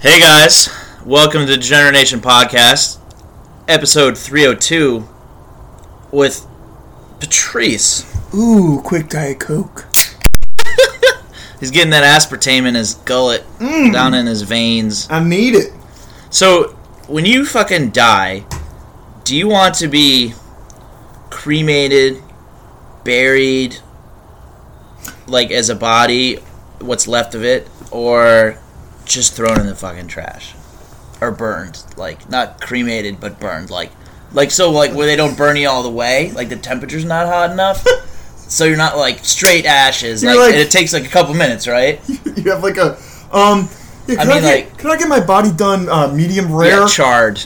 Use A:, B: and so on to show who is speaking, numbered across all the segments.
A: Hey guys, welcome to Degenerate Nation Podcast, episode 302 with Patrice.
B: Ooh, quick diet coke.
A: He's getting that aspartame in his gullet, down in his veins.
B: I need it.
A: So, when you fucking die, do you want to be cremated, buried, like as a body, what's left of it, or just thrown in the fucking trash? Or burned, like not cremated, but burned, like, like so, like where they don't burn you all the way, like the temperature's not hot enough, so you're not like straight ashes.
B: You're
A: Like,
B: like-
A: and it takes like a couple minutes, right?
B: You have like a um. Yeah, can I,
A: I mean,
B: get,
A: like-
B: can I get my body done uh, medium rare?
A: Yeah, charred.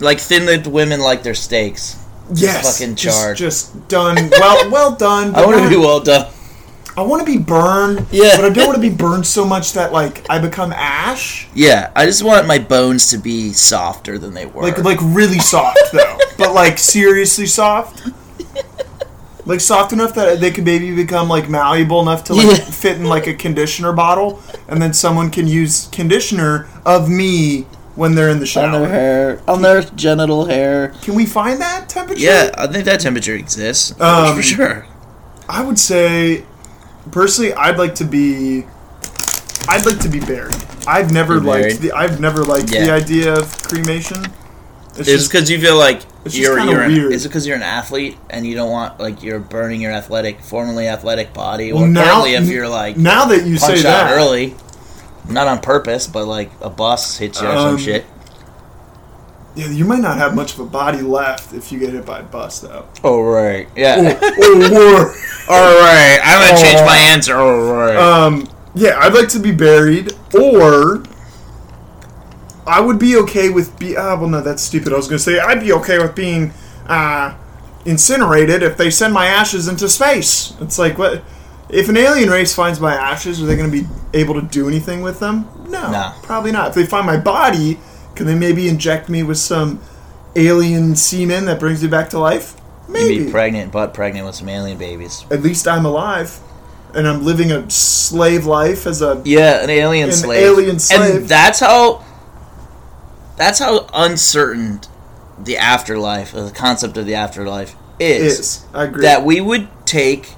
A: like thin-lipped women like their steaks.
B: yes,
A: fucking
B: just-
A: charred.
B: Just, done. Well, well done.
A: I
B: but
A: want to
B: not-
A: be well done.
B: I want to be burned.
A: Yeah.
B: but I don't want to be burned so much that like I become ash.
A: Yeah, I just want my bones to be softer than they were.
B: Like like really soft though, but like seriously soft. Like soft enough that they could maybe become like malleable enough to like
A: Yeah.
B: fit in like a conditioner bottle, and then someone can use conditioner of me when they're in the shower.
A: on their hair, on their genital hair.
B: Can we find that temperature?
A: Yeah, I think that temperature exists
B: Um,
A: for sure.
B: I would say, personally, I'd like to be, I'd like to be buried. I've never
A: Be
B: liked
A: buried?
B: the, I've never liked
A: Yeah.
B: the idea of cremation. It's
A: It's because you feel like
B: It's just
A: you're
B: kinda
A: you're an,
B: weird.
A: is it because you're an athlete and you don't want like you're burning your athletic, formerly athletic body, or
B: Well, now-
A: currently if you're like
B: now that you say
A: punched out
B: that,
A: early, not on purpose, but like a bus hits you or some
B: Um,
A: shit,
B: yeah, you might not have much of a body left if you get hit by a bus, though.
A: Oh right, yeah.
B: or,
A: All right, I'm gonna change my
B: Oh.
A: answer. All right.
B: um, yeah, I'd like to be buried, or I would be okay with be. Ah, well, no, that's stupid. I was gonna say I'd be okay with being uh, incinerated if they send my ashes into space. It's like what if an alien race finds my ashes? Are they gonna be able to do anything with them? No,
A: No.
B: probably not. If they find my body, can they maybe inject me with some alien semen that brings me back to life?
A: You'd be
B: Maybe.
A: pregnant, but pregnant with some alien babies.
B: At least I'm alive, and I'm living a slave life as a
A: Yeah, an alien
B: An
A: slave.
B: alien slave.
A: And that's how. That's how uncertain the afterlife, the concept of the afterlife, is.
B: is. I agree.
A: That we would take.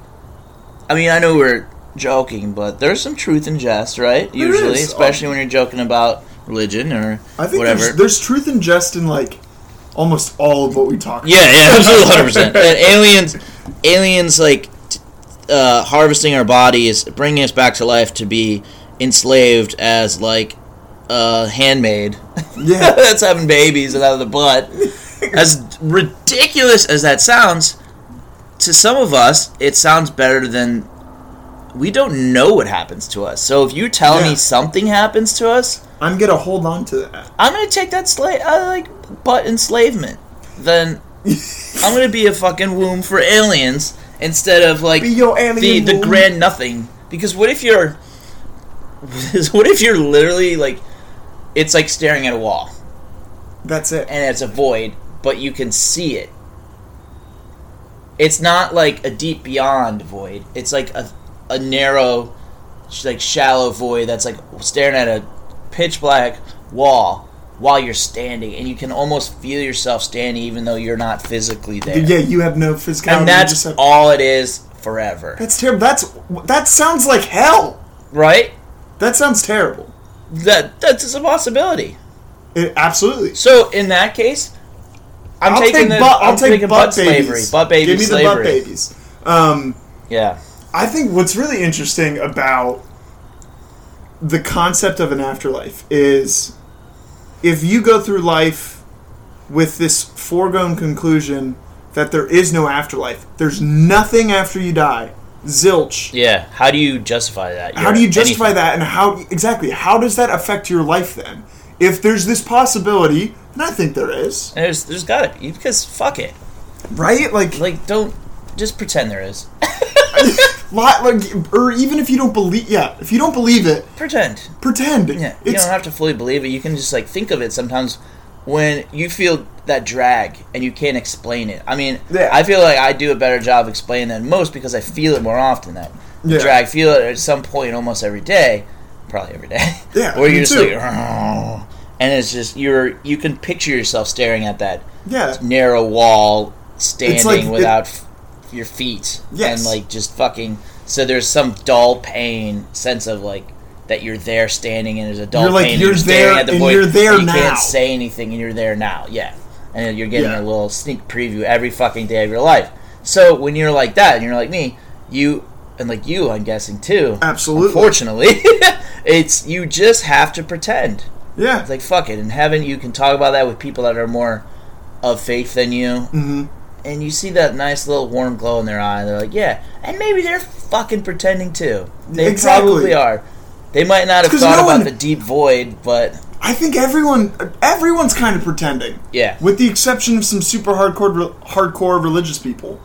A: I mean, I know we're joking, but there's some truth in jest, right? Usually,
B: is.
A: especially when you're joking about religion or
B: I think
A: whatever.
B: there's, there's truth and jest in like almost all of what we talk.
A: Yeah, yeah, absolutely, hundred percent. Aliens, aliens like t- uh, harvesting our bodies, bringing us back to life to be enslaved as like a handmaid.
B: about. Yeah,
A: That's having babies out of the butt. As ridiculous as that sounds, to some of us, it sounds better than. We don't know what happens to us. So if you tell
B: Yeah.
A: me something happens to us,
B: I'm gonna hold on to that.
A: I'm gonna take that slave, uh, like butt enslavement. Then I'm gonna be a fucking womb for aliens instead of like
B: Be your alien.
A: the the
B: womb.
A: grand nothing. Because what if you're what if you're literally like it's like staring at a wall
B: That's it.
A: and it's a void, but you can see it. It's not like a deep beyond void. It's like a a narrow sh- like shallow void that's like staring at a pitch black wall while you're standing and you can almost feel yourself standing even though you're not physically there
B: yeah, you have no physicality. you
A: and that's
B: just have-
A: all it is forever
B: That's terrible. That's that sounds like hell.
A: right
B: That sounds terrible.
A: that that's just a possibility
B: It, absolutely.
A: so in that case i'm
B: I'll
A: taking
B: take
A: the
B: bu- I'll
A: I'm
B: take
A: taking
B: butt,
A: butt slavery
B: babies.
A: butt baby
B: Give me
A: slavery
B: the butt babies. Um,
A: yeah
B: I think what's really interesting about the concept of an afterlife is if you go through life with this foregone conclusion that there is no afterlife, there's nothing after you die, zilch.
A: yeah how do you justify that
B: How do you justify that, and how exactly? How does that affect your life then? If there's this possibility, and I think there is,
A: that there's there's gotta be because fuck it
B: right? Like, like,
A: like don't just pretend there is
B: lot, like, or even if you don't believe, yeah, if you don't believe it,
A: pretend
B: pretend.
A: yeah you don't have to fully believe it you can just like think of it sometimes when you feel that drag and you can't explain it i mean
B: Yeah.
A: i feel like i do a better job explaining that than most because i feel it more often that
B: Yeah.
A: drag feel it at some point almost every day probably every day.
B: Yeah,
A: or
B: me
A: you're just
B: too.
A: like, "Argh." and it's just you're you can picture yourself staring at that
B: Yeah.
A: narrow wall, standing
B: like it-
A: without f- your feet,
B: Yes.
A: and like just fucking. So there's some dull pain sense of like that you're there standing, and there's a dull
B: You're like,
A: pain. and
B: you're
A: staring
B: there
A: at the
B: and
A: void,
B: you're there
A: and you
B: now.
A: can't say anything, and you're there now. Yeah, and you're getting
B: Yeah.
A: a little sneak preview every fucking day of your life. So when you're like that, and you're like me, you and like you, I'm guessing too.
B: Absolutely.
A: Fortunately, it's you just have to pretend.
B: Yeah.
A: It's like fuck it. In heaven, you can talk about that with people that are more of faith than you,
B: hmm
A: and you see that nice little warm glow in their eye. They're like, yeah, and maybe they're fucking pretending too. They
B: Exactly.
A: probably are. They might not have
B: 'cause
A: thought
B: no
A: about
B: one-
A: the deep void, but
B: I think everyone everyone's kind of pretending.
A: yeah,
B: with the exception of some super hardcore hardcore religious people.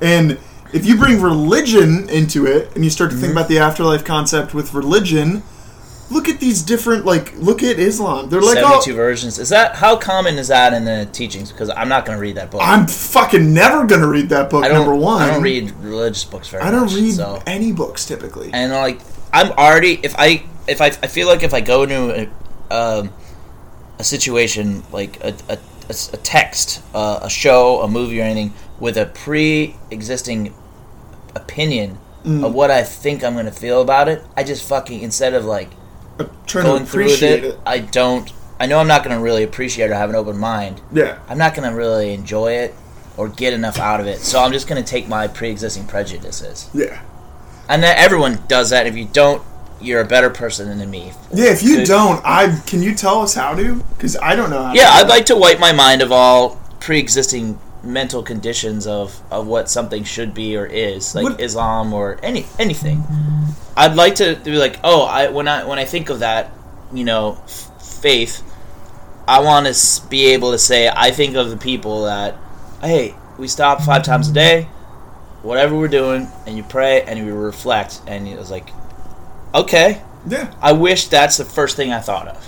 B: And if you bring religion into it and you start to think about the afterlife concept with religion, look at these different like look at Islam. They're like,
A: seventy-two
B: "Oh,
A: versions. Is that how common is that in the teachings? Because I'm not going to read that book.
B: I'm fucking never going to read that book
A: I don't-
B: number 1."
A: I don't read religious books very
B: I don't
A: much,
B: read
A: so.
B: any books typically.
A: and like I'm already if I if I I feel like if I go into a, um, a situation like a a, a s- a text, uh, a show, a movie, or anything with a pre-existing opinion
B: Mm.
A: of what I think I'm gonna feel about it, I just fucking instead of like
B: I'm trying to
A: going through with
B: appreciate
A: it,
B: it.
A: I don't. I know I'm not gonna really appreciate or have an open mind.
B: Yeah.
A: I'm not gonna really enjoy it or get enough out of it. So I'm just gonna take my pre-existing prejudices
B: Yeah.
A: and that everyone does that. If you don't, you're a better person than me.
B: Yeah, if you
A: Good.
B: don't, I can you tell us how to? Cuz I don't know how.
A: Yeah,
B: to
A: I'd like to wipe my mind of all pre-existing mental conditions of of what something should be or is, like
B: What-
A: Islam or any anything. I'd like to be like, oh, I when I when I think of that, you know, f- faith, I want to be able to say, I think of the people that, hey, we stop five times a day, whatever we're doing, and you pray and you reflect, and it was like, okay,
B: Yeah.
A: I wish that's the first thing I thought of.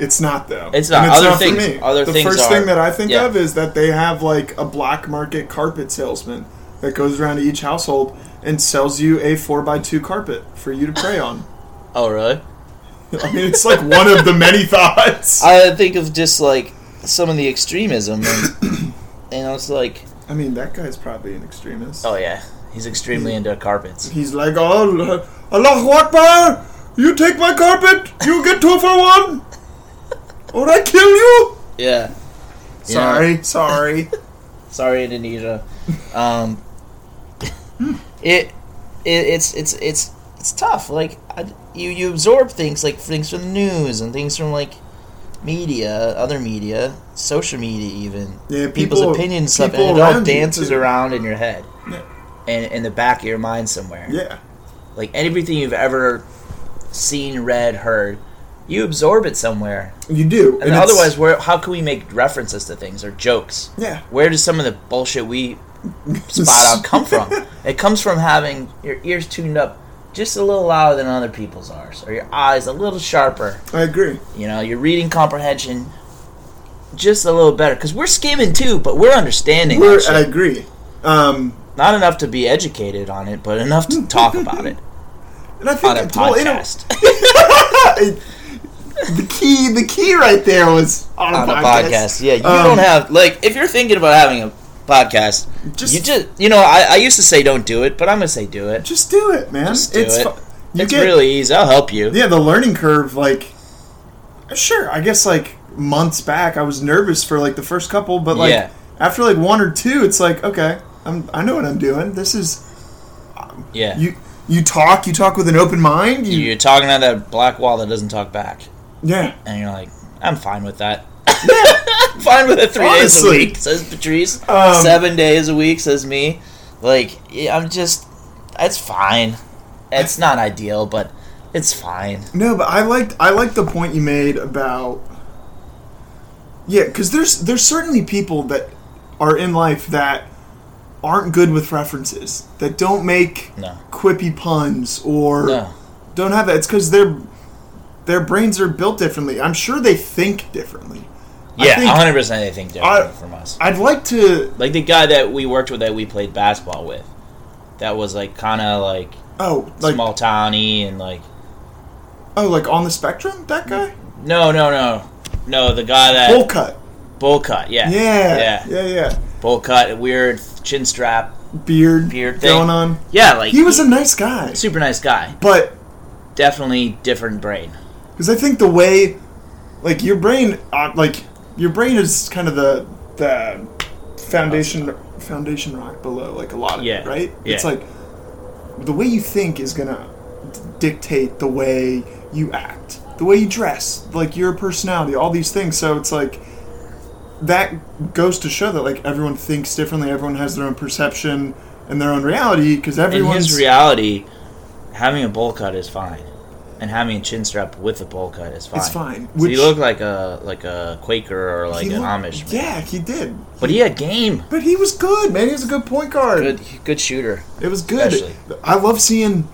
B: It's not though.
A: It's not.
B: And
A: Other
B: for
A: things-
B: me.
A: other
B: the
A: things
B: first
A: are-
B: thing that I think
A: yeah.
B: of is that they have like a black market carpet salesman that goes around to each household and sells you a four by two carpet for you to pray on.
A: Oh, really?
B: I mean, it's like one of the many thoughts. I,
A: I think of just like some of the extremism, and, and I was like,
B: mean, that guy's probably an extremist.
A: oh yeah, he's extremely into carpets.
B: He's like, oh, Allah Akbar! You take my carpet, you get two for one, or I kill you.
A: Yeah. You know,
B: Sorry, sorry.
A: sorry, Indonesia. Um, it, it it's it's it's it's tough. Like I, you you absorb things like things from the news and things from like media, other media, social media, even
B: Yeah,
A: people's
B: people-
A: opinions and stuff,
B: people
A: and it all
B: around you,
A: dances
B: too.
A: around in your head.
B: Yeah.
A: And in the back of your mind somewhere.
B: Yeah,
A: like everything you've ever seen, read, heard, you absorb it somewhere.
B: you do.
A: And,
B: it's-
A: otherwise, where how can we make references to things or jokes?
B: yeah,
A: Where does some of the bullshit we spot out come from? It comes from having your ears tuned up just a little louder than other people's are, or your eyes a little sharper.
B: I agree.
A: You know, your reading comprehension just a little better because we're skimming too, but we're understanding. that
B: We're,
A: shit.
B: I agree. Um,
A: Not enough to be educated on it, but enough to talk about it
B: and I
A: on a
B: think well, you know,
A: podcast.
B: the key, the key right there was on,
A: on a podcast. Yeah, you
B: Um,
A: don't have like if you're thinking about having a podcast,
B: Just-
A: you just you know I, I used to say don't do it, but I'm gonna say do it.
B: Just do it, man.
A: Just do
B: it's
A: it.
B: fu- you
A: it's
B: get,
A: really easy. I'll help you.
B: yeah. The learning curve, like, sure. I guess like months back, I was nervous for like the first couple, but like
A: Yeah.
B: after like one or two, it's like okay, I'm I know what I'm doing. This is
A: Yeah, you,
B: you. You talk, you talk with an open mind. You,
A: are talking at that black wall that doesn't talk back,
B: yeah,
A: and you're like, I'm fine with that. I'm fine with it. Three days a
B: Honestly.
A: week says Patrice.
B: Um,
A: Seven days a week says me. Like yeah, I'm just, it's fine. It's not ideal, but it's fine.
B: No, but I liked I liked the point you made about yeah, because there's there's certainly people that are in life that aren't good with references that don't make
A: No.
B: quippy puns or
A: No.
B: don't have that. It's because their their brains are built differently. I'm sure they think differently.
A: Yeah,
B: think-
A: 100 percent. They think differently
B: I-
A: from us.
B: I'd like to.
A: Like the guy that we worked with that we played basketball with. That was like kind of like
B: Oh, like
A: small towny and like
B: Oh, like on the spectrum? That guy?
A: No, no, no, no. The guy that
B: Bowl cut.
A: bowl cut. Yeah,
B: Yeah.
A: yeah.
B: Yeah, yeah.
A: Bowl cut, weird chin strap.
B: Beard,
A: Beard thing.
B: going on.
A: Yeah, like
B: He was a nice guy.
A: super nice guy.
B: But
A: Definitely different brain.
B: because I think the way, like your brain, uh, like your brain is kind of the the foundation foundation rock below, like a lot of
A: Yeah.
B: it, right?
A: Yeah.
B: It's like the way you think is gonna d- dictate the way you act, the way you dress, like your personality, all these things. So it's like that goes to show that like everyone thinks differently, everyone has their own perception and their own reality because
A: In
B: everyone's
A: his reality, having a bowl cut is fine, and having a chin strap with a bowl cut is fine.
B: It's fine,
A: So
B: which-
A: he looked like a like a Quaker or like
B: he
A: an
B: looked-
A: Amish, man.
B: Yeah, he did.
A: but he had game.
B: But he was good, man. He was a good point guard.
A: Good, good shooter.
B: It was good.
A: Especially.
B: I love seeing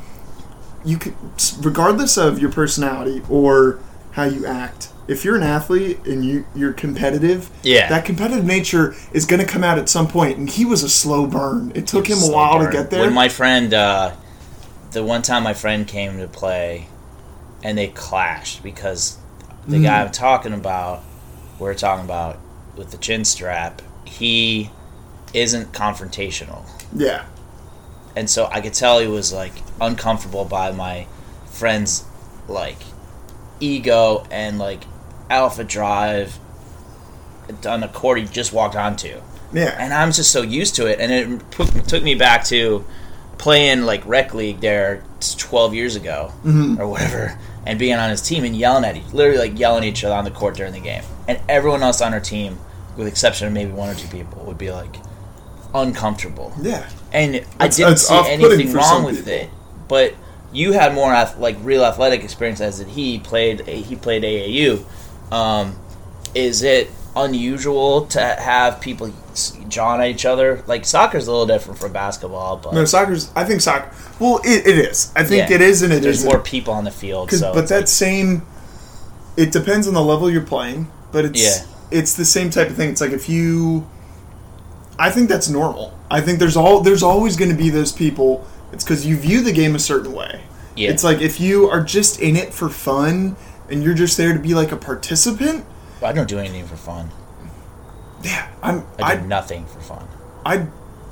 B: you could, regardless of your personality or how you act. If you're an athlete and you you're competitive,
A: Yeah.
B: that competitive nature is going to come out at some point. And he was a slow burn. It took him a
A: Slow
B: while
A: burn.
B: to get there.
A: When my friend, uh, the one time my friend came to play, and they clashed because the guy
B: Hmm.
A: I'm talking about, we're talking about with the chin strap, he isn't confrontational,
B: yeah,
A: and so I could tell he was like uncomfortable by my friend's like ego and like alpha drive on the court he just walked onto
B: yeah,
A: and I'm just so used to it. And it put, took me back to playing like rec league there 12 years ago or whatever, and being on his team and yelling at each, literally like yelling at each other on the court during the game. And everyone else on our team, with the exception of maybe one or two people, would be like uncomfortable.
B: yeah.
A: And I didn't
B: it's
A: see
B: off-putting
A: anything
B: for
A: wrong
B: some
A: with
B: people.
A: it, but. You had more ath- like real athletic experience as did he played. He played AAU. Um, is it unusual to have people s- jawing at each other? Like soccer's a little different from basketball, but
B: No, soccer's. I think soccer. Well, it, it is. I think
A: Yeah.
B: it is, and it
A: there's
B: isn't.
A: more people on the field.
B: 'Cause-
A: So
B: but
A: it's
B: that same, it depends on the level you're playing. But it's
A: Yeah.
B: it's the same type of thing. It's like if you, I think that's normal. I think there's all there's always going to be those people. It's because you view the game a certain way.
A: Yeah.
B: It's like if you are just in it for fun and you're just there to be like a participant.
A: like, I don't do anything for fun.
B: Yeah, I'm.
A: I
B: I.
A: do nothing for fun.
B: I.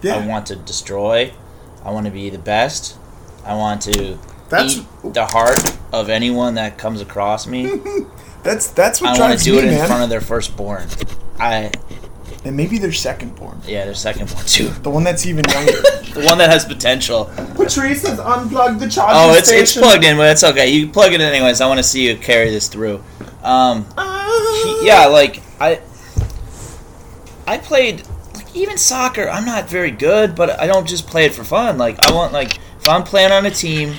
B: yeah.
A: I want to destroy. I want to be the best. I want to
B: That's- Hmm.
A: eat the heart of anyone that comes across me.
B: that's that's what
A: I want
B: drives
A: to do
B: me,
A: it in
B: man.
A: front of their firstborn. I
B: and maybe their second born,
A: yeah, their second one too.
B: the one that's even younger.
A: The one that has potential.
B: Patrice has unplugged the charger
A: Oh, it's it's plugged in, but it's okay. You plug it in anyways. I want to see you carry this through. Um,
B: Ah.
A: he- yeah, like I, I played like even soccer. I'm not very good, but I don't just play it for fun. Like I want like if I'm playing on a team,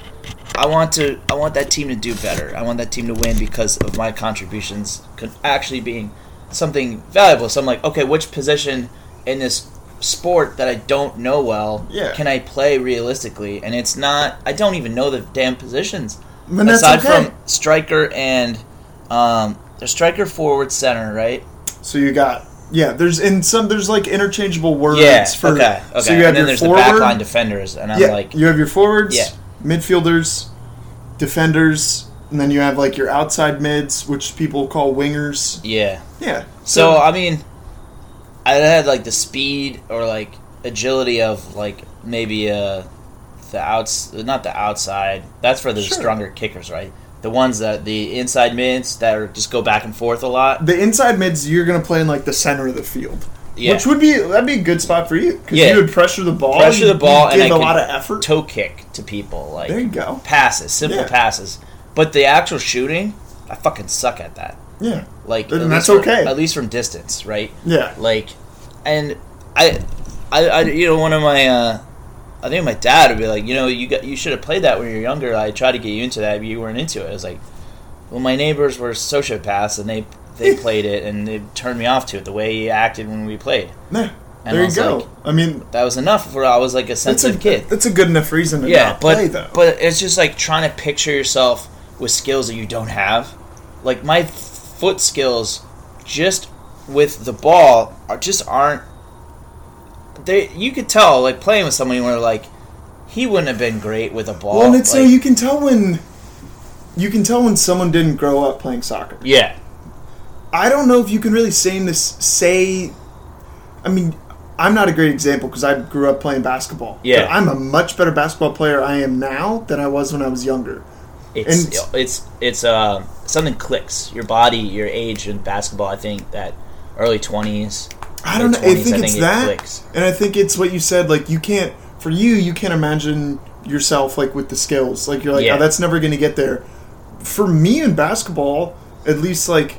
A: I want to I want that team to do better. I want that team to win because of my contributions could actually being something valuable. So I'm like, okay, which position in this sport that I don't know well
B: Yeah.
A: can I play realistically? And it's not I don't even know the damn positions
B: But that's
A: aside
B: okay.
A: from striker and um, there's striker forward center, right?
B: So you got yeah. There's in some there's like interchangeable words.
A: Yeah.
B: for,
A: okay. Okay.
B: So you have
A: and then
B: your
A: there's
B: forward.
A: the backline defenders, and I'm
B: yeah,
A: like,
B: you have your forwards,
A: Yeah.
B: midfielders, defenders, and then you have like your outside mids, which people call wingers.
A: yeah.
B: Yeah.
A: So I mean, I had like the speed or like agility of like maybe uh the outs, not the outside. That's for the
B: Sure.
A: stronger kickers, right? The ones that the inside mids that are just go back and forth a lot.
B: the inside mids you're gonna play in like the center of the field.
A: Yeah.
B: Which would be that'd be a good spot for you because
A: Yeah.
B: you would pressure the ball,
A: Pressure the
B: you'd-
A: ball,
B: you'd
A: and I
B: give a
A: could
B: lot of effort.
A: toe kick to people, like
B: there you go.
A: passes, simple
B: Yeah.
A: passes. But the actual shooting, I fucking suck at that.
B: Yeah,
A: like
B: And
A: at
B: that's
A: least from-
B: okay.
A: at least from distance right
B: yeah.
A: like and I, I i you know one of my uh i think my dad would be like you know you got you should have played that when you were younger i tried to get you into that but you weren't into it i was like well my neighbors were sociopaths and they they played it and they turned me off to it the way he acted when we played
B: Yeah.
A: And I
B: There you
A: was
B: go.
A: like,
B: I mean,
A: that was enough for i was like a
B: that's
A: sensitive
B: a
A: kid
B: that's a good enough reason to
A: yeah,
B: not
A: but
B: play though.
A: but it's just like trying to picture yourself with skills that you don't have. Like my f- foot skills, just with the ball, are just aren't. They you could tell like playing with somebody where like he wouldn't have been great with a ball.
B: Well, and it's so
A: like-
B: you can tell when you can tell when someone didn't grow up playing soccer.
A: Yeah.
B: I don't know if you can really say this. Say, I mean, I'm not a great example because I grew up playing basketball.
A: Yeah.
B: But I'm a much better basketball player I am now than I was when I was younger.
A: It's
B: And-
A: it's it's uh something clicks. Your body, your age in basketball, I think that early 20s.
B: I don't know.
A: late
B: I
A: 20s,
B: think it's
A: it
B: that,
A: clicks.
B: and I think it's what you said. Like you can't for you, you can't imagine yourself like with the skills. Like you're like,
A: Yeah.
B: oh, that's never going to get there. For me in basketball, at least like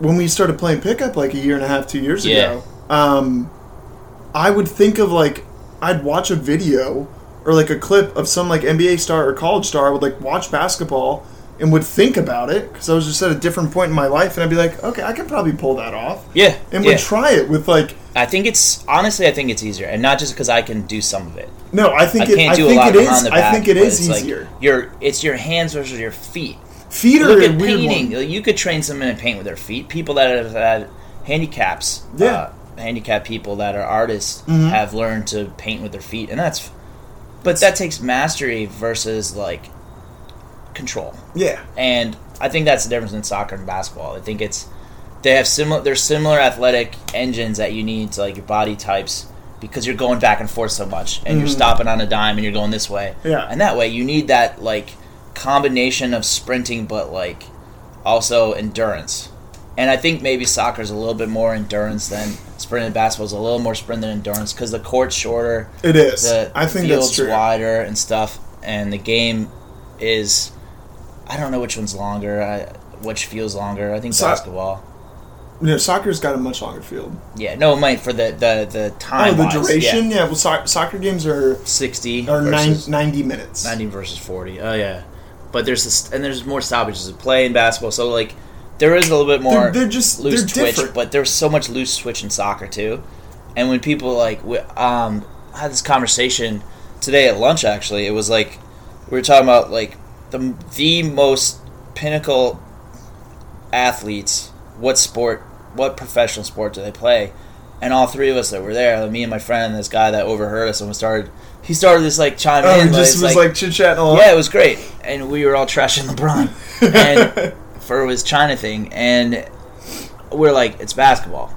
B: when we started playing pickup like a year and a half, two years
A: Yeah.
B: ago, um, I would think of like I'd watch a video or like a clip of some like NBA star or college star. I would like watch basketball and would think about it because I was just at a different point in my life, and I'd be like, okay, I can probably pull that off
A: Yeah.
B: and
A: yeah.
B: would try it with like
A: I think it's honestly I think it's easier and not just cuz I can do some of it.
B: no i
A: I
B: think it
A: can't
B: i
A: do
B: think
A: a lot
B: it
A: of behind
B: is
A: the
B: i
A: back.
B: think it
A: but
B: is
A: it's like
B: easier
A: your it's your hands versus your feet.
B: feet are
A: Look
B: a
A: at
B: weird
A: painting.
B: one
A: You could train someone to paint with their feet. People that have had handicaps, uh,
B: Yeah. Mm-hmm.
A: handicapped people that are artists have learned to paint with their feet, and that's. But that takes mastery versus like control,
B: yeah
A: and I think that's the difference in soccer and basketball. I think it's they have similar. They're similar athletic engines that you need to like your body types because you're going back and forth so much, and you're stopping on a dime, and you're going this way,
B: Yeah.
A: and that way. You need that like combination of sprinting, but like also endurance. And I think maybe soccer is a little bit more endurance than sprint, and basketball is a little more sprint than endurance because the court's shorter
B: it is
A: the
B: i think
A: field's
B: that's true
A: wider and stuff, and the game is I don't know which one's longer, I, which feels longer. I think
B: So-
A: basketball.
B: you know soccer's got a much longer field
A: Yeah, no, mate, for the the the
B: oh
A: time.
B: the
A: wise,
B: duration
A: yeah.
B: yeah, well so- soccer games are
A: sixty
B: are nine,
A: versus
B: 90 minutes
A: 90 versus forty. Oh yeah, but there's this, and there's more stoppages of play in basketball, so like there is a little bit more.
B: they're, they're just
A: loose
B: they're
A: twitch,
B: different
A: but there's so much loose twitch in soccer too. And when people like, w- um, I had this conversation today at lunch. Actually, it was like we were talking about like the the most pinnacle athletes. What sport? What professional sport do they play? And all three of us that were there, like me and my friend, and this guy that overheard us and was started. He started this like chime
B: oh,
A: in.
B: it
A: like,
B: just
A: it's
B: was
A: like-
B: like chit chatting along.
A: yeah, it was great, and we were all trashing LeBron and for his China thing, and we're like, it's basketball.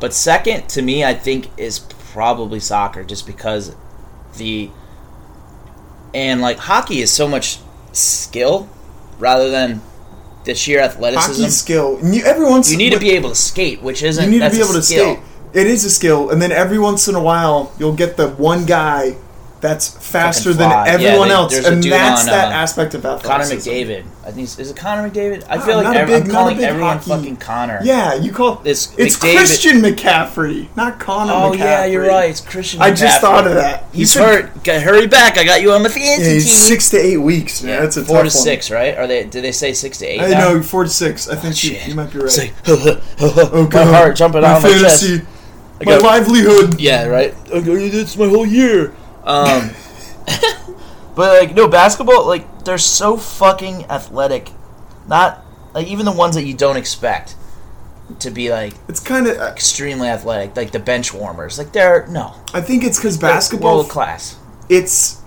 A: But second to me, I think is probably soccer, just because the and like hockey is so much skill rather than the sheer athleticism.
B: hockey skill. And you, every once
A: you need
B: with-
A: to be able to skate, which isn't
B: You need to
A: that's
B: be
A: a
B: able to
A: skill.
B: skate. It is a skill, and then every once in a while, you'll get the one guy that's faster than
A: fly. Yeah,
B: everyone
A: they-
B: else,
A: there's a
B: and
A: dude
B: that's
A: on,
B: that
A: uh,
B: aspect of
A: Connor
B: athleticism.
A: McDavid, I think is it Connor McDavid? I
B: Ah,
A: feel
B: not
A: like
B: a
A: every,
B: big-
A: I'm
B: not a
A: calling
B: big
A: everyone
B: hockey-
A: fucking Connor.
B: Yeah, you call
A: It's
B: it's,
A: McDavid-
B: Christian McCaffrey, not Connor.
A: Oh
B: McCaffrey.
A: yeah, you're right. It's Christian.
B: I just
A: McCaffrey.
B: thought of that.
A: He's
B: You said-
A: hurt. Go- hurry back! I got you on the fancy
B: Yeah,
A: team.
B: he's six to eight weeks. Man,
A: Yeah,
B: that's a
A: four
B: tough
A: to
B: one.
A: six, right? Are they? Did they say six to eight?
B: I
A: now?
B: know four to six. I think you,
A: Shit.
B: you might be right. Oh,
A: It's like, my
B: God,
A: heart jumping
B: my
A: out of my chest.
B: fantasy,
A: I
B: my
A: got-
B: livelihood.
A: Yeah, right. I go, That's my whole year. Um, but like, no basketball. Like, they're so fucking athletic. Not like even the ones that you don't expect to be like
B: It's kind of.
A: extremely athletic, like the bench warmers. Like they're no
B: I think it's because basketball
A: world class.
B: it's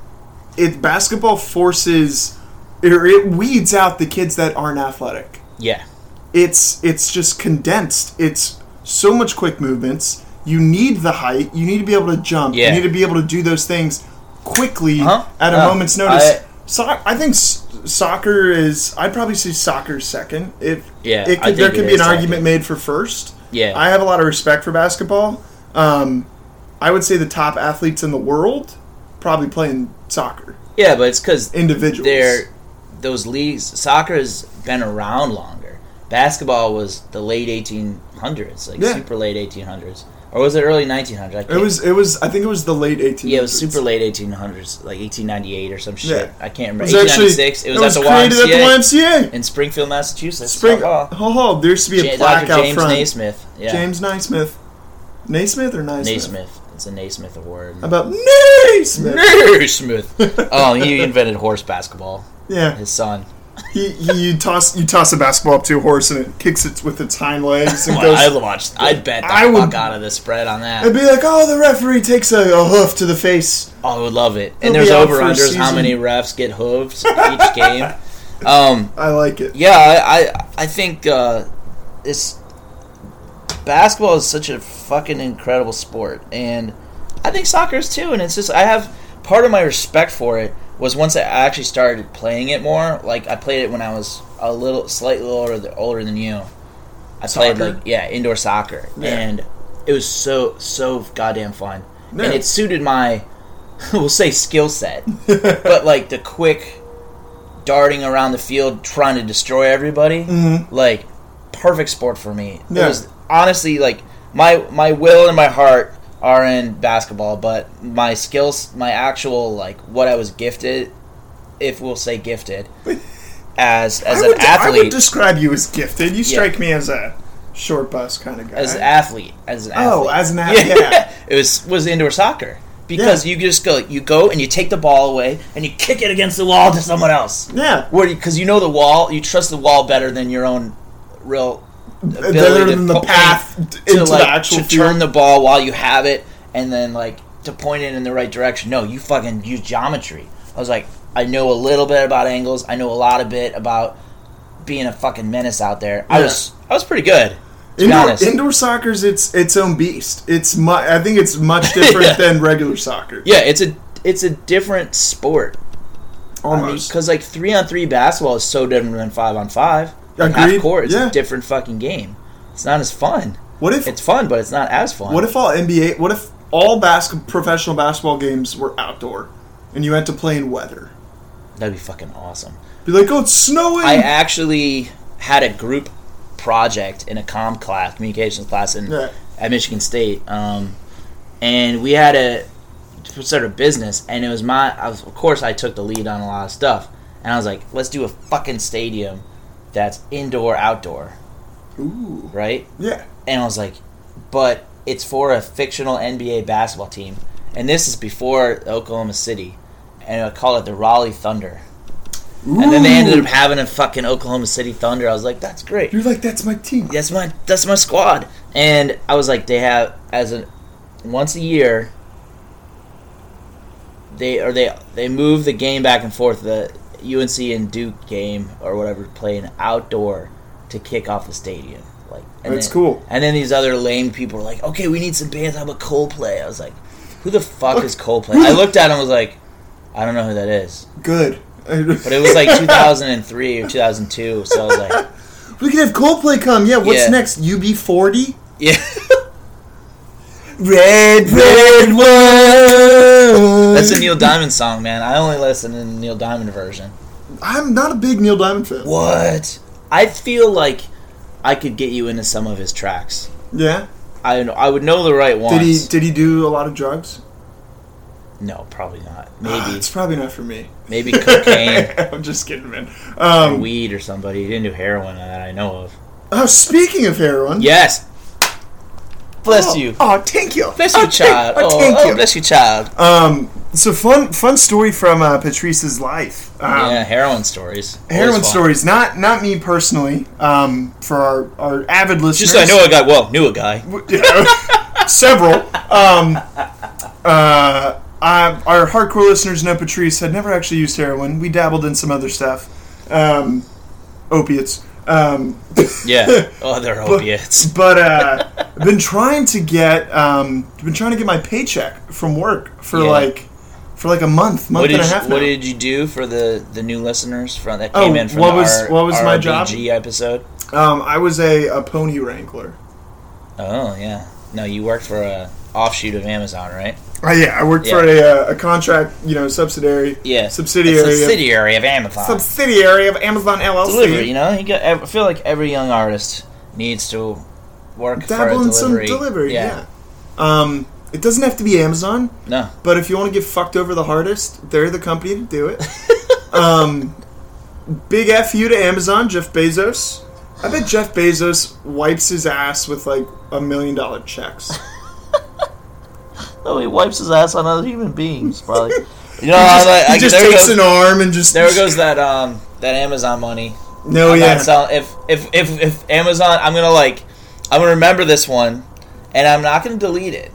B: it basketball forces or it weeds out the kids that aren't athletic.
A: Yeah.
B: It's it's just condensed. It's so much quick movements. You need the height. You need to be able to jump.
A: Yeah.
B: You need to be able to do those things quickly
A: Uh-huh.
B: at a
A: Uh,
B: moment's notice.
A: I-
B: so, I think s- soccer is. I'd probably say soccer second. If
A: Yeah,
B: it
A: I
B: could, there
A: think it
B: could be an
A: is
B: argument
A: second.
B: made for first.
A: Yeah.
B: I have a lot of respect for basketball. Um, I would say the top athletes in the world probably playing soccer.
A: Yeah, but it's because
B: Individuals.
A: they're those leagues. Soccer has been around longer. Basketball was the late 1800s, like
B: Yeah.
A: super late 1800s, or was it early 1900s? I
B: It
A: can't-
B: was. It was. I think it was the late 1800s.
A: Yeah, it was super late 1800s, like 1898 or some shit. I can't remember.
B: It was
A: 1896. it was,
B: that
A: at the
B: created
A: YMCA
B: at the YMCA.
A: in Springfield, Massachusetts.
B: Spring.
A: Softball.
B: Oh, there used to be a
A: Ja-
B: plaque
A: Dr.
B: out
A: James
B: front.
A: Naismith. Yeah,
B: James Naismith. Naismith or Naismith?
A: Naismith. It's a Naismith award.
B: How about Naismith?
A: Naismith. oh, he invented horse basketball.
B: yeah,
A: His son.
B: he, he you toss you toss a basketball up to a horse and it kicks it with its hind legs and goes.
A: I watched. I'd bet the
B: I would-
A: fuck out of the spread on that.
B: It'd be like, oh, the referee takes a, a hoof to the face.
A: Oh, I would love it. And
B: He'll
A: there's
B: be out
A: over
B: for a
A: unders how
B: season.
A: many refs get hooves each game. Um,
B: I like it.
A: yeah, I I, I think uh, it's basketball is such a fucking incredible sport, and I think soccer is too. And it's just I have part of my respect for it was once I actually started playing it more. Like I played it when I was a little slightly older th- older than you. I played
B: Soccer?
A: like yeah indoor soccer,
B: Yeah.
A: and it was so so goddamn fun,
B: Yeah.
A: and it suited my we'll say skill set, but like the quick darting around the field trying to destroy everybody. Like perfect sport for me.
B: Mm-hmm. Yeah.
A: It was honestly like my my will and my heart are in basketball, but my skills, my actual like what I was gifted, if we'll say gifted, as as
B: I
A: an
B: would, I would
A: athlete,
B: describe you as gifted. You strike me as a short bus kind of guy.
A: as an athlete, as an athlete.
B: Oh, as an athlete, yeah.
A: it was was indoor soccer because you just go you go and you take the ball away and you kick it against the wall to someone else.
B: yeah.
A: Where because you know the wall, you trust the wall better than your own real ability
B: Better
A: to
B: than the
A: point-
B: path
A: to
B: into
A: like
B: the actual
A: to
B: field.
A: turn the ball while you have it and then like to point it in the right direction. No, you fucking use geometry. I was like, I know a little bit about angles. I know a lot of bit about being a fucking menace out there. I
B: Yeah.
A: was I was pretty good. To be
B: Indoor,
A: honest.
B: indoor soccer's its its own beast. It's mu- I think it's much different
A: Yeah.
B: than regular soccer.
A: yeah, it's a it's a different sport.
B: almost.
A: because like three on three basketball is so different than five on five. Like,
B: Agreed.
A: Half court is
B: Yeah.
A: a different fucking game. It's not as fun.
B: what if
A: It's fun, but it's not as fun.
B: what if all NBA what if all basket professional basketball games were outdoor, and you had to play in weather?
A: That'd be fucking awesome.
B: Be like, oh, it's snowing.
A: I actually had a group project in a comm class, communications class, in
B: Yeah.
A: at Michigan State, um, and we had a sort of business, and it was my. I was, of course, I took the lead on a lot of stuff, and I was like, let's do a fucking stadium that's indoor outdoor,
B: Ooh,
A: right?
B: yeah.
A: And I was like, but it's for a fictional NBA basketball team, and this is before Oklahoma City, and I call it the Raleigh Thunder. And then they ended up having a fucking Oklahoma City Thunder. I was like, that's great.
B: You're like, that's my team.
A: That's my that's my squad. And I was like, they have as an once a year they or they they move the game back and forth. The UNC and Duke game or whatever play an outdoor to kick off the stadium. Like and
B: That's
A: then-
B: cool.
A: And then these other lame people were like, okay, we need some bands. How about Coldplay? I was like, who the fuck is Coldplay? I looked at him. and was like, I don't know who that is.
B: Good.
A: But it was like 2003 or 2002, so I was like,
B: we could have Coldplay come. Yeah. What's
A: Yeah.
B: next? UB40.
A: yeah.
B: Red, red one.
A: That's a Neil Diamond song, man. I only listen to the Neil Diamond version.
B: I'm not a big Neil Diamond fan.
A: What? I feel like I could get you into some of his tracks.
B: Yeah.
A: I I would know the right ones.
B: Did he did he do a lot of drugs?
A: No, probably not.
B: Ah,
A: Maybe
B: it's probably not for me.
A: maybe cocaine,
B: I'm just kidding, man. Um,
A: weed, or somebody. He didn't do heroin that I know of.
B: oh, speaking of heroin.
A: Yes. Bless
B: Oh,
A: you.
B: Oh, thank you.
A: Bless you,
B: Oh, thank-
A: child.
B: oh,
A: Oh,
B: thank
A: oh,
B: you.
A: bless you, child.
B: Um, so fun, fun story from uh, Patrice's life. Um,
A: yeah, heroin stories. Always
B: Heroin
A: fun.
B: stories, not not me personally. Um, for our, our avid
A: Just
B: listeners,
A: so I know a guy. Well, knew a guy.
B: you know, several. Um, uh, I, our hardcore listeners know Patrice had never actually used heroin. We dabbled in some other stuff, um, opiates. Um,
A: Yeah. Oh, they're opiates.
B: but uh, I've been trying to get um, been trying to get my paycheck from work for
A: Yeah.
B: like for like a month, month
A: What
B: and
A: did,
B: a
A: you,
B: half.
A: what
B: now.
A: did you do for the, the new listeners from that
B: Oh,
A: came in from
B: what
A: the
B: was-
A: R-
B: what was my job?
A: RBG episode?
B: um, I was a, a pony wrangler.
A: Oh yeah. No, you worked for a offshoot of Amazon, right?
B: Uh, yeah, I worked for a, uh, a contract, you know, subsidiary,
A: Yeah.
B: Subsidiary
A: A
B: of-
A: subsidiary of Amazon.
B: subsidiary of Amazon LLC.
A: delivery. You know, you got, I feel like every young artist needs to work
B: dabble
A: for a
B: in some
A: delivery.
B: delivery. Yeah. Um, it doesn't have to be Amazon,
A: No.
B: but if you want to get fucked over the hardest, they're the company to do it. um, big F you to Amazon, Jeff Bezos. I bet Jeff Bezos wipes his ass with like a million dollar checks.
A: Oh, he wipes his ass on other human beings, probably. you know,
B: He
A: I
B: just,
A: Uh, like-
B: he
A: I-
B: just
A: there
B: takes
A: goes,
B: an arm and just
A: there goes that um that Amazon money.
B: No,
A: I'm
B: Oh, yeah,
A: not sell- if, if if if Amazon, I'm gonna like, I'm gonna remember this one, and I'm not gonna delete it,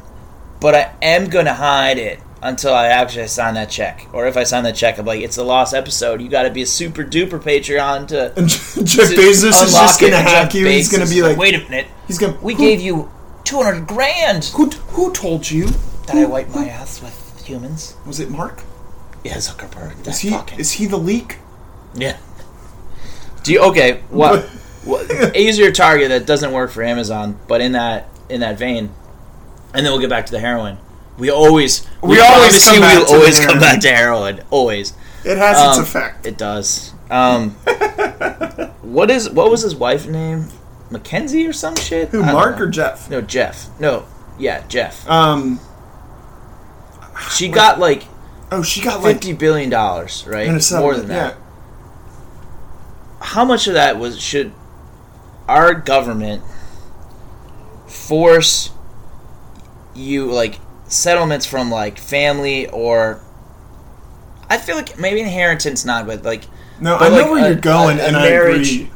A: but I am gonna hide it until I actually sign that check. Or if I sign that check, I'm like, it's a lost episode. You got to be a super duper Patreon to.
B: And Jeff
A: to
B: Bezos is
A: unlock
B: just
A: it.
B: gonna hack
A: Jeff
B: you. and He's gonna
A: Bezos
B: be like,
A: wait a minute.
B: he's gonna.
A: We
B: who,
A: gave you 200 grand
B: Who, who told you?
A: that I wipe my ass with humans.
B: Was it Mark?
A: Yeah, Zuckerberg. That
B: Is he?
A: fucking.
B: Is he the leak?
A: Yeah. Do you okay? What? what easier target that doesn't work for Amazon, but in that in that vein, and then we'll get back to the heroin. We always
B: We always
A: promise
B: come
A: you
B: back
A: we'll
B: to the
A: always come
B: heroin.
A: back to heroin. Always.
B: It has
A: Um,
B: its effect.
A: It does. Um, what is what was his wife's name? Mackenzie or some shit?
B: Who?
A: I don't
B: Mark
A: know.
B: or Jeff?
A: no Jeff? No, yeah Jeff.
B: Um.
A: She got like
B: Oh, she got Ah, like
A: fifty billion dollars, right?
B: Minnesota.
A: More than that.
B: Yeah.
A: how much of that was should our government force you like settlements from like family or I feel like maybe inheritance not but like
B: No,
A: But
B: I know
A: like
B: where
A: a-
B: you're going,
A: a- a
B: and
A: marriage-
B: I agree.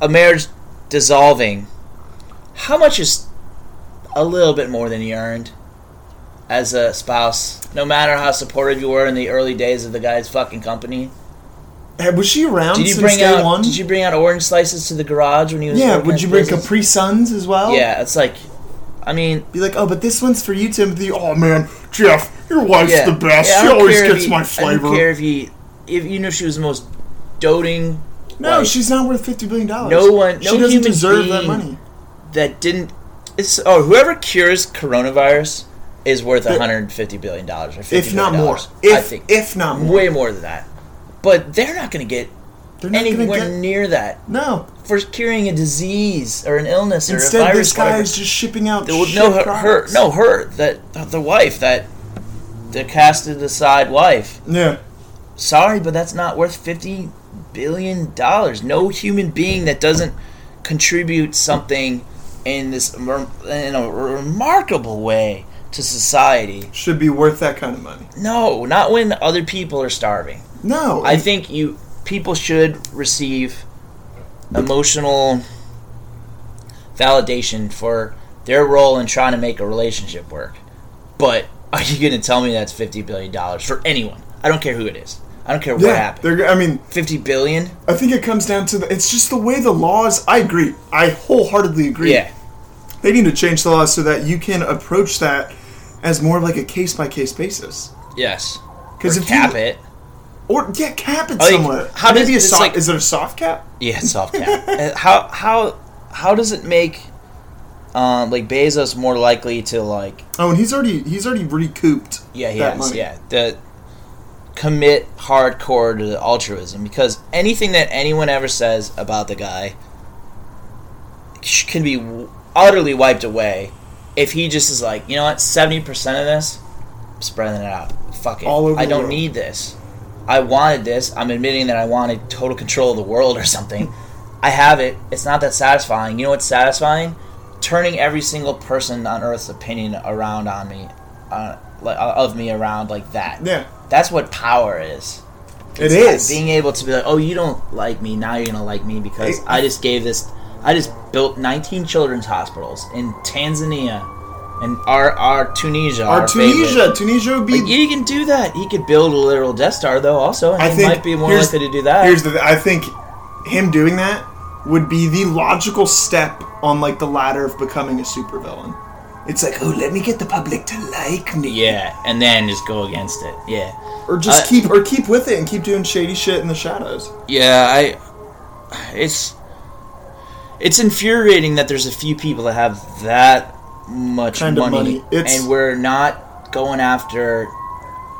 A: a marriage dissolving how much is a little bit more than you earned as a spouse no matter how supportive you were in the early days of the guy's fucking company
B: Hey, was she around
A: did you
B: since
A: bring
B: day
A: out
B: one?
A: did you bring out orange slices to the garage when he was
B: yeah,
A: working
B: would
A: at
B: you
A: the
B: bring
A: business?
B: Capri Suns as well?
A: Yeah, it's like, I mean,
B: Be like, oh, but this one's for you, Timothy. Oh man, Jeff, your wife's
A: yeah,
B: the best.
A: yeah, I
B: she
A: don't
B: always
A: care if
B: gets
A: he-
B: my
A: I
B: flavor.
A: don't care if he, if you know, she was the most doting.
B: No,
A: wife
B: she's not worth fifty billion dollars.
A: No one- no
B: she doesn't
A: human
B: deserve that
A: being-
B: money.
A: that didn't. It's oh, whoever cures coronavirus is worth 150 billion dollars or 50
B: If not
A: billion
B: more.
A: dollars. I
B: If
A: think
B: if not more,
A: way more than that. But they're not going to get
B: they're not gonna
A: anywhere
B: get.
A: near that
B: No.
A: for curing a disease or an illness or a
B: Instead,
A: virus.
B: this guy
A: whatever.
B: is just shipping out.
A: Well,
B: shit
A: no, her, her,
B: products.
A: no, her, that the, the wife that the casted aside wife.
B: Yeah.
A: sorry, but that's not worth fifty billion dollars. No human being that doesn't contribute something in this mer- in a remarkable way to society.
B: Should be worth that kind of money.
A: No, not when other people are starving.
B: No.
A: I think you people should receive emotional validation for their role in trying to make a relationship work. But are you going to tell me that's fifty billion dollars for anyone? I don't care who it is. I don't care what
B: yeah.
A: happened.
B: They're, I mean,
A: 50 billion?
B: I think it comes down to the. It's just the way the laws. I agree. I wholeheartedly agree.
A: Yeah.
B: They need to change the laws so that you can approach that as more of like a case by case basis.
A: Yes.
B: Because
A: Or
B: if
A: cap
B: you,
A: it.
B: or yeah, cap it
A: Like,
B: somewhere.
A: how does
B: Maybe a
A: this,
B: soft?
A: like-
B: is it a soft cap?
A: Yeah, it's soft cap. Uh, how how how does it make um, like Bezos more likely to like
B: Oh, and he's already he's already recouped.
A: yeah, he
B: that
A: has,
B: money.
A: yeah, the commit hardcore to the altruism because anything that anyone ever says about the guy sh- can be w- utterly wiped away if he just is like, you know what, 70% of this, I'm spreading it out. Fuck it.
B: All over
A: I
B: the
A: don't
B: world.
A: need this. I wanted this. I'm admitting that I wanted total control of the world or something. I have it. It's not that satisfying. You know what's satisfying? Turning every single person on Earth's opinion around on me, uh, like, uh, of me around like that.
B: Yeah,
A: That's what power is.
B: it
A: It's
B: is.
A: being able to be like, oh, you don't like me. Now you're gonna like me because I just gave this. I just built 19 children's hospitals in Tanzania, and our our Tunisia.
B: Our
A: favorite.
B: Tunisia, Tunisia would be.
A: Like, he can do that. He could build a literal Death Star though. Also, and
B: I
A: he
B: think
A: might be more
B: here's-
A: likely to do that.
B: Here's the. th- I think him doing that would be the logical step on like the ladder of becoming a supervillain. It's like, oh, let me get the public to like me,
A: yeah, and then just go against it. Yeah,
B: or just
A: I-
B: keep or keep with it and keep doing shady shit in the shadows.
A: yeah. I, it's, it's infuriating that there's a few people that have that much
B: Kind of money. It's-
A: and we're not going after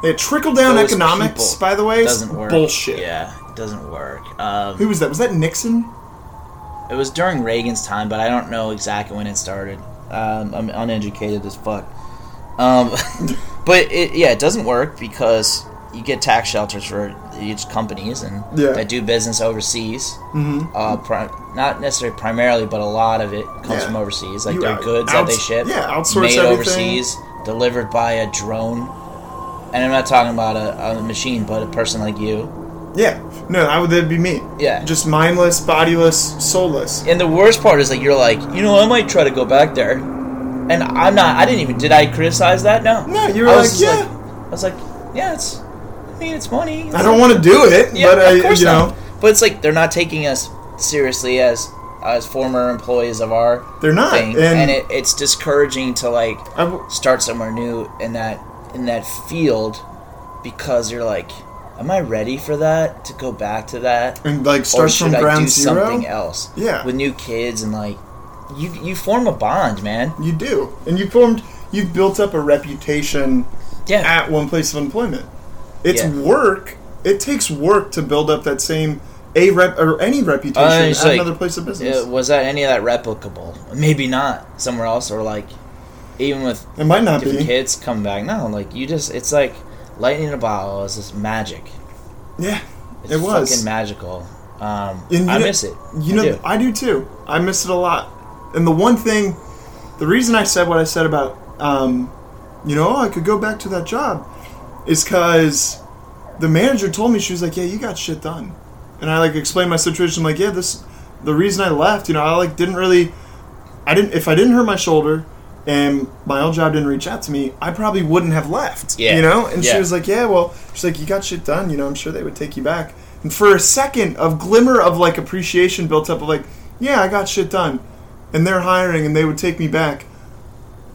B: Yeah, trickle down
A: those
B: economics,
A: people.
B: by the way, is
A: doesn't work.
B: bullshit.
A: Yeah, it doesn't work. Um,
B: Who was that? Was that Nixon?
A: it was during Reagan's time, but I don't know exactly when it started. Um, I'm uneducated as fuck. Um, but it, yeah, it doesn't work because you get tax shelters for each companies and
B: Yeah.
A: that do business overseas.
B: Mm-hmm.
A: Uh, pri- not necessarily primarily, but a lot of it comes
B: Yeah.
A: from overseas. Like
B: You
A: their
B: out-
A: goods that they
B: outs-
A: ship,
B: yeah, outsource
A: made
B: everything.
A: overseas, delivered by a drone. And I'm not talking about a, a machine, but a person like you.
B: Yeah. No, that would that'd be me.
A: Yeah.
B: Just mindless, bodiless, soulless.
A: And the worst part is like you're like, you know, I might try to go back there. And I'm not. I didn't even. Did I criticize that? No.
B: No, you were
A: I
B: like,
A: was just
B: yeah,
A: I was like, yeah, it's. I mean, it's money. It's
B: I don't want to do it,
A: Yeah,
B: but I,
A: of course
B: you know,
A: not. But it's like they're not taking us seriously as as former employees of our
B: they're not.
A: thing,
B: And,
A: and it, it's discouraging to like
B: I w-
A: start somewhere new in that in that field because you're like, am I ready for that to go back to that?
B: and like
A: or
B: starts
A: Oh, should
B: from
A: I
B: ground
A: do
B: zero.
A: something else?
B: Yeah.
A: with new kids and like, you you form a bond, man.
B: You do, and you formed, you've built up a reputation
A: Yeah,
B: at one place of employment. It's
A: Yeah.
B: work. It takes work to build up that same a rep or any reputation
A: Uh,
B: at
A: it's like-
B: another place of business.
A: Uh, was that any of that replicable? Maybe not somewhere else, or like, even with
B: it might not
A: different
B: be.
A: kids come back now. Like you just, it's like lightning in a bottle. It's just magic.
B: Yeah,
A: It's
B: it was.
A: fucking magical. Um,
B: And you
A: I
B: know-
A: miss it.
B: You
A: I
B: know,
A: do.
B: I do too. I miss it a lot. And the one thing, the reason I said what I said about, um, you know, oh, I could go back to that job, is because the manager told me she was like, "Yeah, you got shit done," and I like explained my situation. I'm like, "Yeah, this, the reason I left, you know, I like didn't really, I didn't if I didn't hurt my shoulder." And my old job didn't reach out to me. I probably wouldn't have left,
A: Yeah.
B: you know. And she
A: Yeah.
B: was like, "Yeah, well, she's like, you got shit done. You know, I'm sure they would take you back." And for a second of glimmer of like appreciation built up of like, "Yeah, I got shit done," and they're hiring and they would take me back.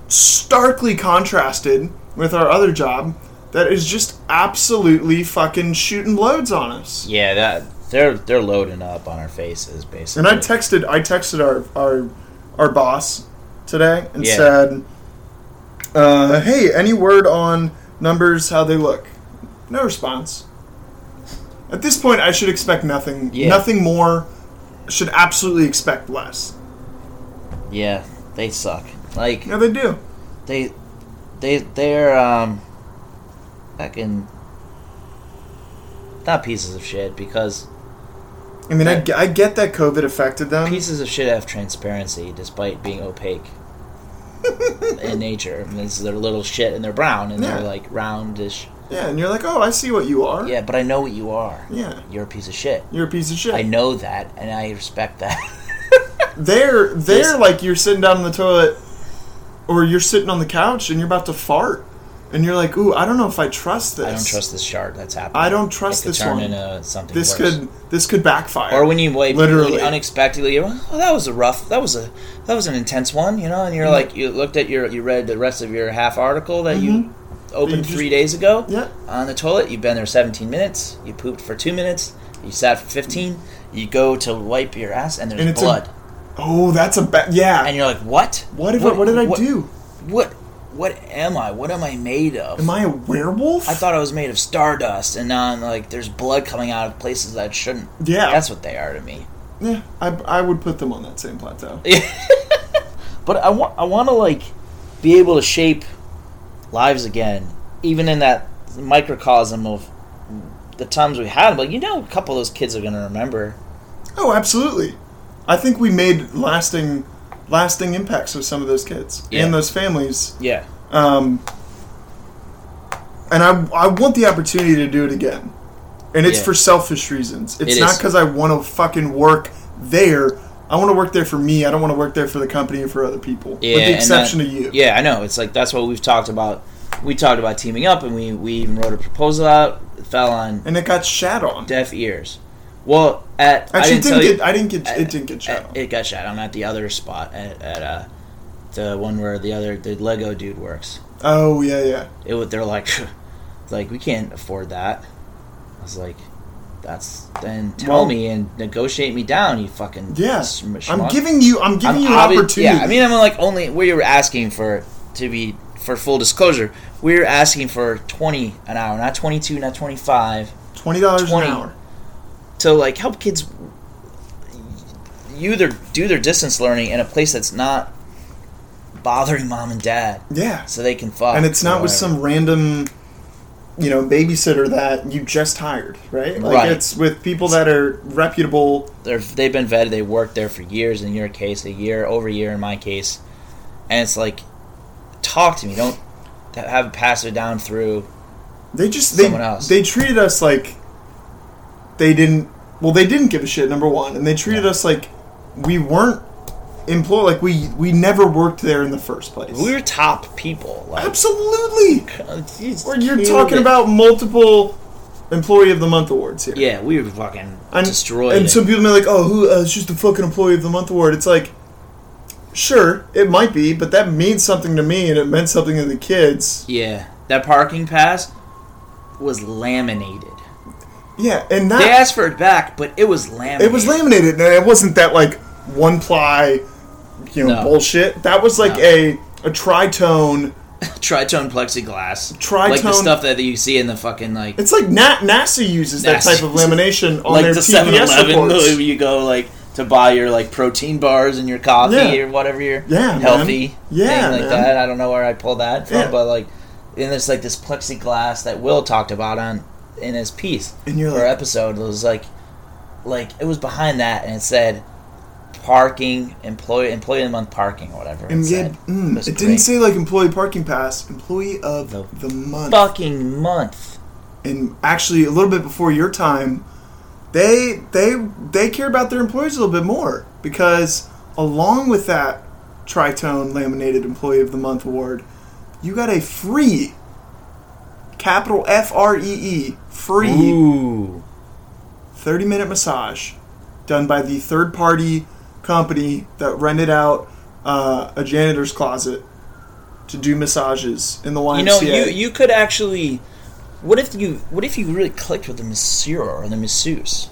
B: Starkly contrasted with our other job that is just absolutely fucking shooting loads on us.
A: yeah, that they're they're loading up on our faces
B: And
A: basically.
B: I texted I texted our our our boss today and
A: Yeah.
B: said, uh, "Hey, any word on numbers? How they look?" No response. At this point, I should expect nothing.
A: Yeah.
B: Nothing more. Should absolutely expect less.
A: yeah, they suck. Like
B: Yeah, they do.
A: they they they're um fucking not pieces of shit because
B: I mean, I, g- I get that COVID affected them.
A: pieces of shit have transparency despite being opaque in nature. I mean, it's- they're little shit and they're brown and
B: Yeah.
A: they're like roundish.
B: Yeah, and you're like, oh, I see what you are.
A: Yeah, but I know what you are.
B: Yeah.
A: You're a piece of shit.
B: You're a piece of shit.
A: I know that and I respect that.
B: They're they're
A: This-
B: like you're sitting down in the toilet, or you're sitting on the couch and you're about to fart, and you're like, ooh, I don't know if I trust this.
A: I don't trust this shard that's happening.
B: I don't trust
A: it could
B: this
A: turn
B: one.
A: into something
B: this
A: worse.
B: could this could backfire.
A: or when you wait
B: Literally.
A: literally unexpectedly you're, oh that was a rough that was a that was an intense one you know and you're
B: Mm-hmm.
A: like you looked at your you read the rest of your half article that you
B: That Mm-hmm. you
A: opened
B: just-
A: three days ago
B: Yeah.
A: on the toilet you've been there 17 minutes you pooped for two minutes you sat for 15 you go to wipe your ass and there's
B: And it's a-
A: blood
B: oh, that's a bad. Yeah.
A: and you're like what
B: what if I, what did I do?
A: what what am i what am i made of
B: Am I a werewolf?
A: I thought I was made of stardust, and now I'm like, there's blood coming out of places that shouldn't.
B: Yeah.
A: that's what they are to me.
B: yeah, I, I would put them on that same plateau.
A: But I want I want to like be able to shape lives again, even in that microcosm of the times we had. Like you know, a couple of those kids are gonna remember.
B: Oh, absolutely. I think we made lasting lasting impacts with some of those kids
A: Yeah.
B: and those families.
A: Yeah,
B: Um, and I, I want the opportunity to do it again. And it's
A: Yeah.
B: for selfish reasons. It's
A: It
B: not
A: is.
B: because I want to fucking work there. I want to work there for me. I don't want to work there for the company or for other people.
A: yeah.
B: with
A: and
B: the exception
A: that-
B: of you.
A: Yeah, I know. It's like that's what we've talked about. We talked about teaming up, and we we even wrote a proposal out. It fell on
B: And it got shat on.
A: deaf ears. Well, at I
B: Actually,
A: didn't
B: it didn't
A: tell you-
B: get, I didn't get. it didn't get shot.
A: Uh,
B: on.
A: It got shot. I'm at the other spot at, at uh, the one where the other the Lego dude works.
B: oh yeah, yeah.
A: It wa- they're like, like we can't afford that. I was like, that's then tell
B: Well-
A: me and negotiate me down. You fucking
B: Yeah.
A: sm-
B: I'm
A: schmuck."
B: giving you. I'm giving
A: I'm
B: you an
A: obvi-
B: opportunity.
A: Yeah, I mean I'm like only we were asking for to be for full disclosure. We were asking for twenty an hour, not twenty two, not twenty five
B: twenty dollars an
A: 20.
B: hour.
A: to like help kids you their do their distance learning in a place that's not bothering mom and dad
B: Yeah.
A: so they can fuck
B: And it's
A: or
B: not with
A: Oh, whatever.
B: some random, you know, babysitter that you just hired, right? Like
A: Right.
B: it's with people that are reputable.
A: They're, they've been vetted they worked there for years in your case a year over a year in my case and it's like talk to me don't have it pass it down through
B: They just they
A: Someone else.
B: they treated us like they didn't. Well, they didn't give a shit. Number one, and they treated
A: Yeah.
B: us like we weren't employ like we we never worked there in the first place.
A: We were top people. Like,
B: Absolutely.
A: Jeez,
B: Or you're
A: killed
B: talking
A: it.
B: about multiple employee of the month awards here.
A: Yeah, we were fucking
B: and,
A: destroyed.
B: And
A: it.
B: some people are like, "Oh, who? Uh, it's just the fucking employee of the month award." It's like, sure, it might be, but that means something to me, and it meant something to the kids.
A: yeah, that parking pass was laminated.
B: Yeah, and that
A: They asked for it back, but it was laminated.
B: Ah. it was laminated, and it wasn't that like one ply, you know,
A: No.
B: bullshit. That was like
A: No.
B: a a tritone.
A: tritone plexiglass.
B: Tritone-
A: like the stuff that you see in the fucking like
B: It's like Na- NASA uses that
A: NASA.
B: type of lamination on
A: like
B: their
A: the Seven
B: TPS
A: Eleven
B: reports.
A: you go like to buy your like protein bars and your coffee
B: Yeah.
A: or whatever your
B: Yeah, man.
A: healthy thing
B: Yeah,
A: like
B: man.
A: that. I don't know where I pulled that from,
B: Yeah.
A: but like and there's like this plexiglass that Will talked about on in his piece
B: And you're
A: or
B: like,
A: episode. It was like like it was behind that and it said parking employee employee of the month parking or whatever.
B: and
A: it
B: yet,
A: said.
B: mm,
A: was
B: it didn't
A: great.
B: say like employee parking pass, employee of
A: The
B: the, month.
A: fucking month.
B: and actually a little bit before your time, they they they care about their employees a little bit more because along with that Tritone Laminated Employee of the Month award, you got a free capital F R E E free
A: Ooh.
B: 30 minute massage done by the third party company that rented out uh, a janitor's closet to do massages in the YMCA.
A: You know, you you could actually. What if you What if you really clicked with the masseur or the masseuse?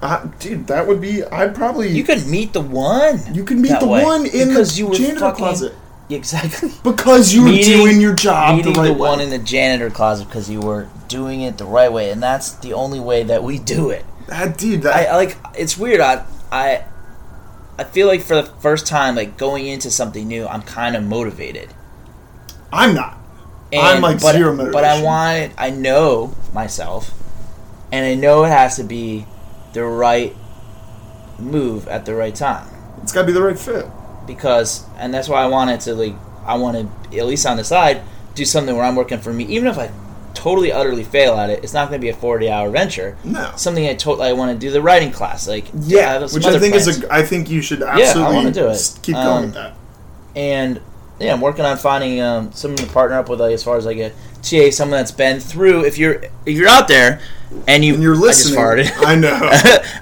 B: Uh, dude, that would be. I'd probably.
A: You could meet the one.
B: You can meet
A: that
B: the
A: way.
B: one in
A: because
B: the
A: you were
B: janitor
A: fucking-
B: closet
A: Exactly.
B: because you were
A: Meeting-
B: doing your job the
A: Meeting
B: right
A: the
B: way.
A: one in the janitor closet because you were doing it the right way, and that's the only way that we do it.
B: that dude,
A: I, uh,
B: that
A: I like. It's weird. I I I feel like for the first time, like going into something new, I'm kind of motivated.
B: I, am not. I'm, like,
A: but,
B: zero
A: But I
B: motivation.
A: want it. I know myself, and I know it has to be the right move at the right time
B: It's got to be the right fit.
A: because, and that's why I wanted to like. I want to at least on the side do something where I'm working for me, even if I totally utterly fail at it. It's not going to be a 40 hour venture.
B: No.
A: Something I totally I want to do the writing class, like
B: Yeah,
A: have some
B: which I
A: other
B: think
A: plans.
B: is a. I think you should
A: I
B: absolutely
A: wanna do it.
B: s- keep going
A: Um,
B: with that.
A: and yeah, I'm working on finding um, someone to partner up with, like, as far as like a TA, someone that's been through. If you're if you're out there and you
B: And you're listening.
A: I just farted.
B: I know.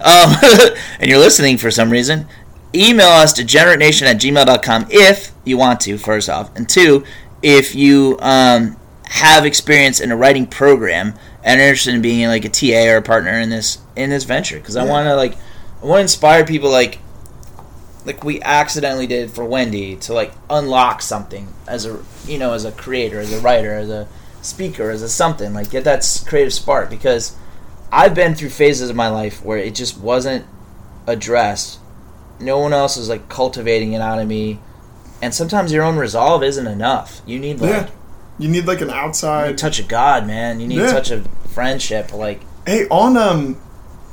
A: um, and you're listening for some reason, email us degeneratenation at gmail.com if you want to, first off. And two, if you um, have experience in a writing program and are interested in being like a TA or a partner in this in this venture. Because I
B: Yeah.
A: want to like, I want to inspire people like, like we accidentally did for Wendy to like unlock something as a you know as a creator, as a writer, as a speaker, as a something like get that s- creative spark because I've been through phases of my life where it just wasn't addressed. No one else is like cultivating it out of me, and sometimes your own resolve isn't enough. You need like
B: yeah, you need like an
A: you
B: outside.
A: need a touch of God, man. You need
B: Yeah.
A: a touch of friendship. Like
B: hey, on um,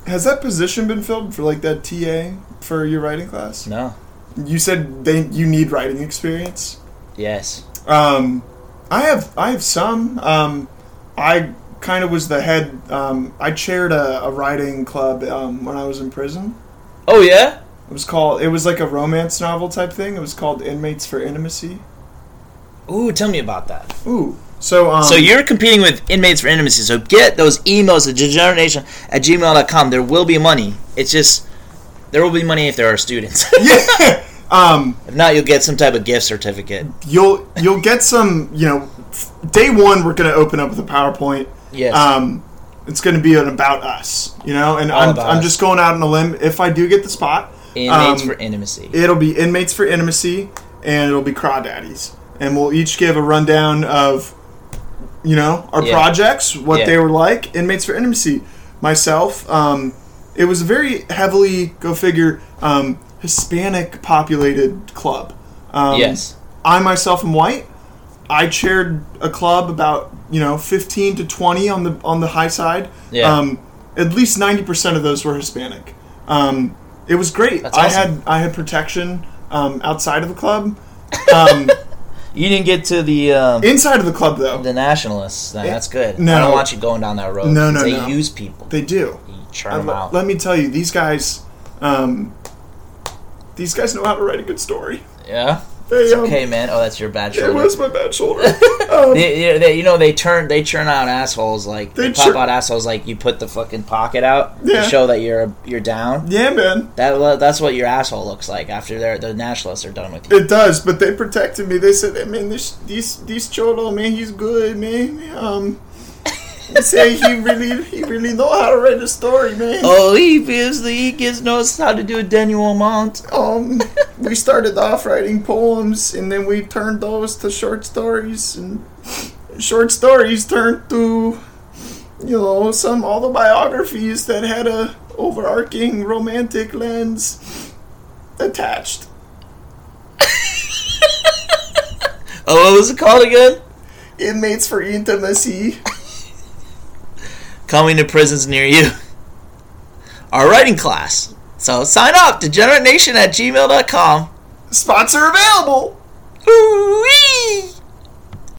B: has that position been filled for like that TA for your writing class?
A: no,
B: You said they you need writing experience.
A: yes,
B: Um, I have I have some. Um, I kind of was the head. Um, I chaired a, a writing club um, when I was in prison.
A: oh yeah.
B: It was called. It was like a romance novel type thing. It was called Inmates for Intimacy.
A: Ooh, tell me about that.
B: Ooh. So um,
A: So you're competing with inmates for intimacy. So get those emails at degeneration at gmail.com. There will be money. It's just there will be money if there are students.
B: yeah. Um,
A: if not, you'll get some type of gift certificate.
B: you'll you'll get some. You know, day one we're gonna open up with a PowerPoint.
A: Yes.
B: Um, it's gonna be an about us. You know, and
A: All
B: I'm
A: about
B: I'm
A: us.
B: just going out on a limb. If I do get the spot,
A: inmates
B: um,
A: for intimacy.
B: It'll be inmates for intimacy, and it'll be crawdaddies, and we'll each give a rundown of, you know, our
A: Yeah.
B: projects, what
A: Yeah.
B: they were like. Inmates for intimacy. Myself, um, it was a very heavily go figure um, Hispanic populated club. Um,
A: yes.
B: I myself am white. I chaired a club about you know fifteen to twenty on the on the high side.
A: Yeah.
B: Um, at least ninety percent of those were Hispanic. Um, it was great.
A: That's
B: I
A: awesome.
B: had I had protection um, outside of the club. Um,
A: You didn't get to the um,
B: inside of the club though,
A: the nationalists. No, that's good.
B: no.
A: I don't want you going down that road.
B: No,
A: 'cause
B: no,
A: They
B: no.
A: use people.
B: they do.
A: you churn
B: Uh,
A: them out.
B: Let me tell you, these guys, um, These guys know how to write a good story.
A: Yeah.
B: They,
A: It's
B: um,
A: okay, man. Oh, that's your bad
B: It
A: shoulder.
B: was my bad shoulder. Um,
A: They, they, you know they turn they churn out assholes like
B: They
A: they, pop
B: churn-
A: out assholes like you put the fucking pocket out
B: Yeah.
A: to show that you're you're down.
B: yeah, man.
A: That lo- that's what your asshole looks like after their the nationalists are done with you.
B: It does, but they protected me. They said, "Hey, man, this these these cholo man, he's good, man. Um, they say he really he really know how to write a story, man.
A: Oh, he feels the he kids knows how to do a denouement.
B: Um, we started off writing poems, and then we turned those to short stories, and short stories turned to, you know, some autobiographies that had a overarching romantic lens attached.
A: Oh, what was it called again?
B: Inmates for intimacy.
A: Coming to prisons near you. Our writing class. So sign up degenerateenation at gmail.com.
B: Spots are available.
A: Ooh-wee.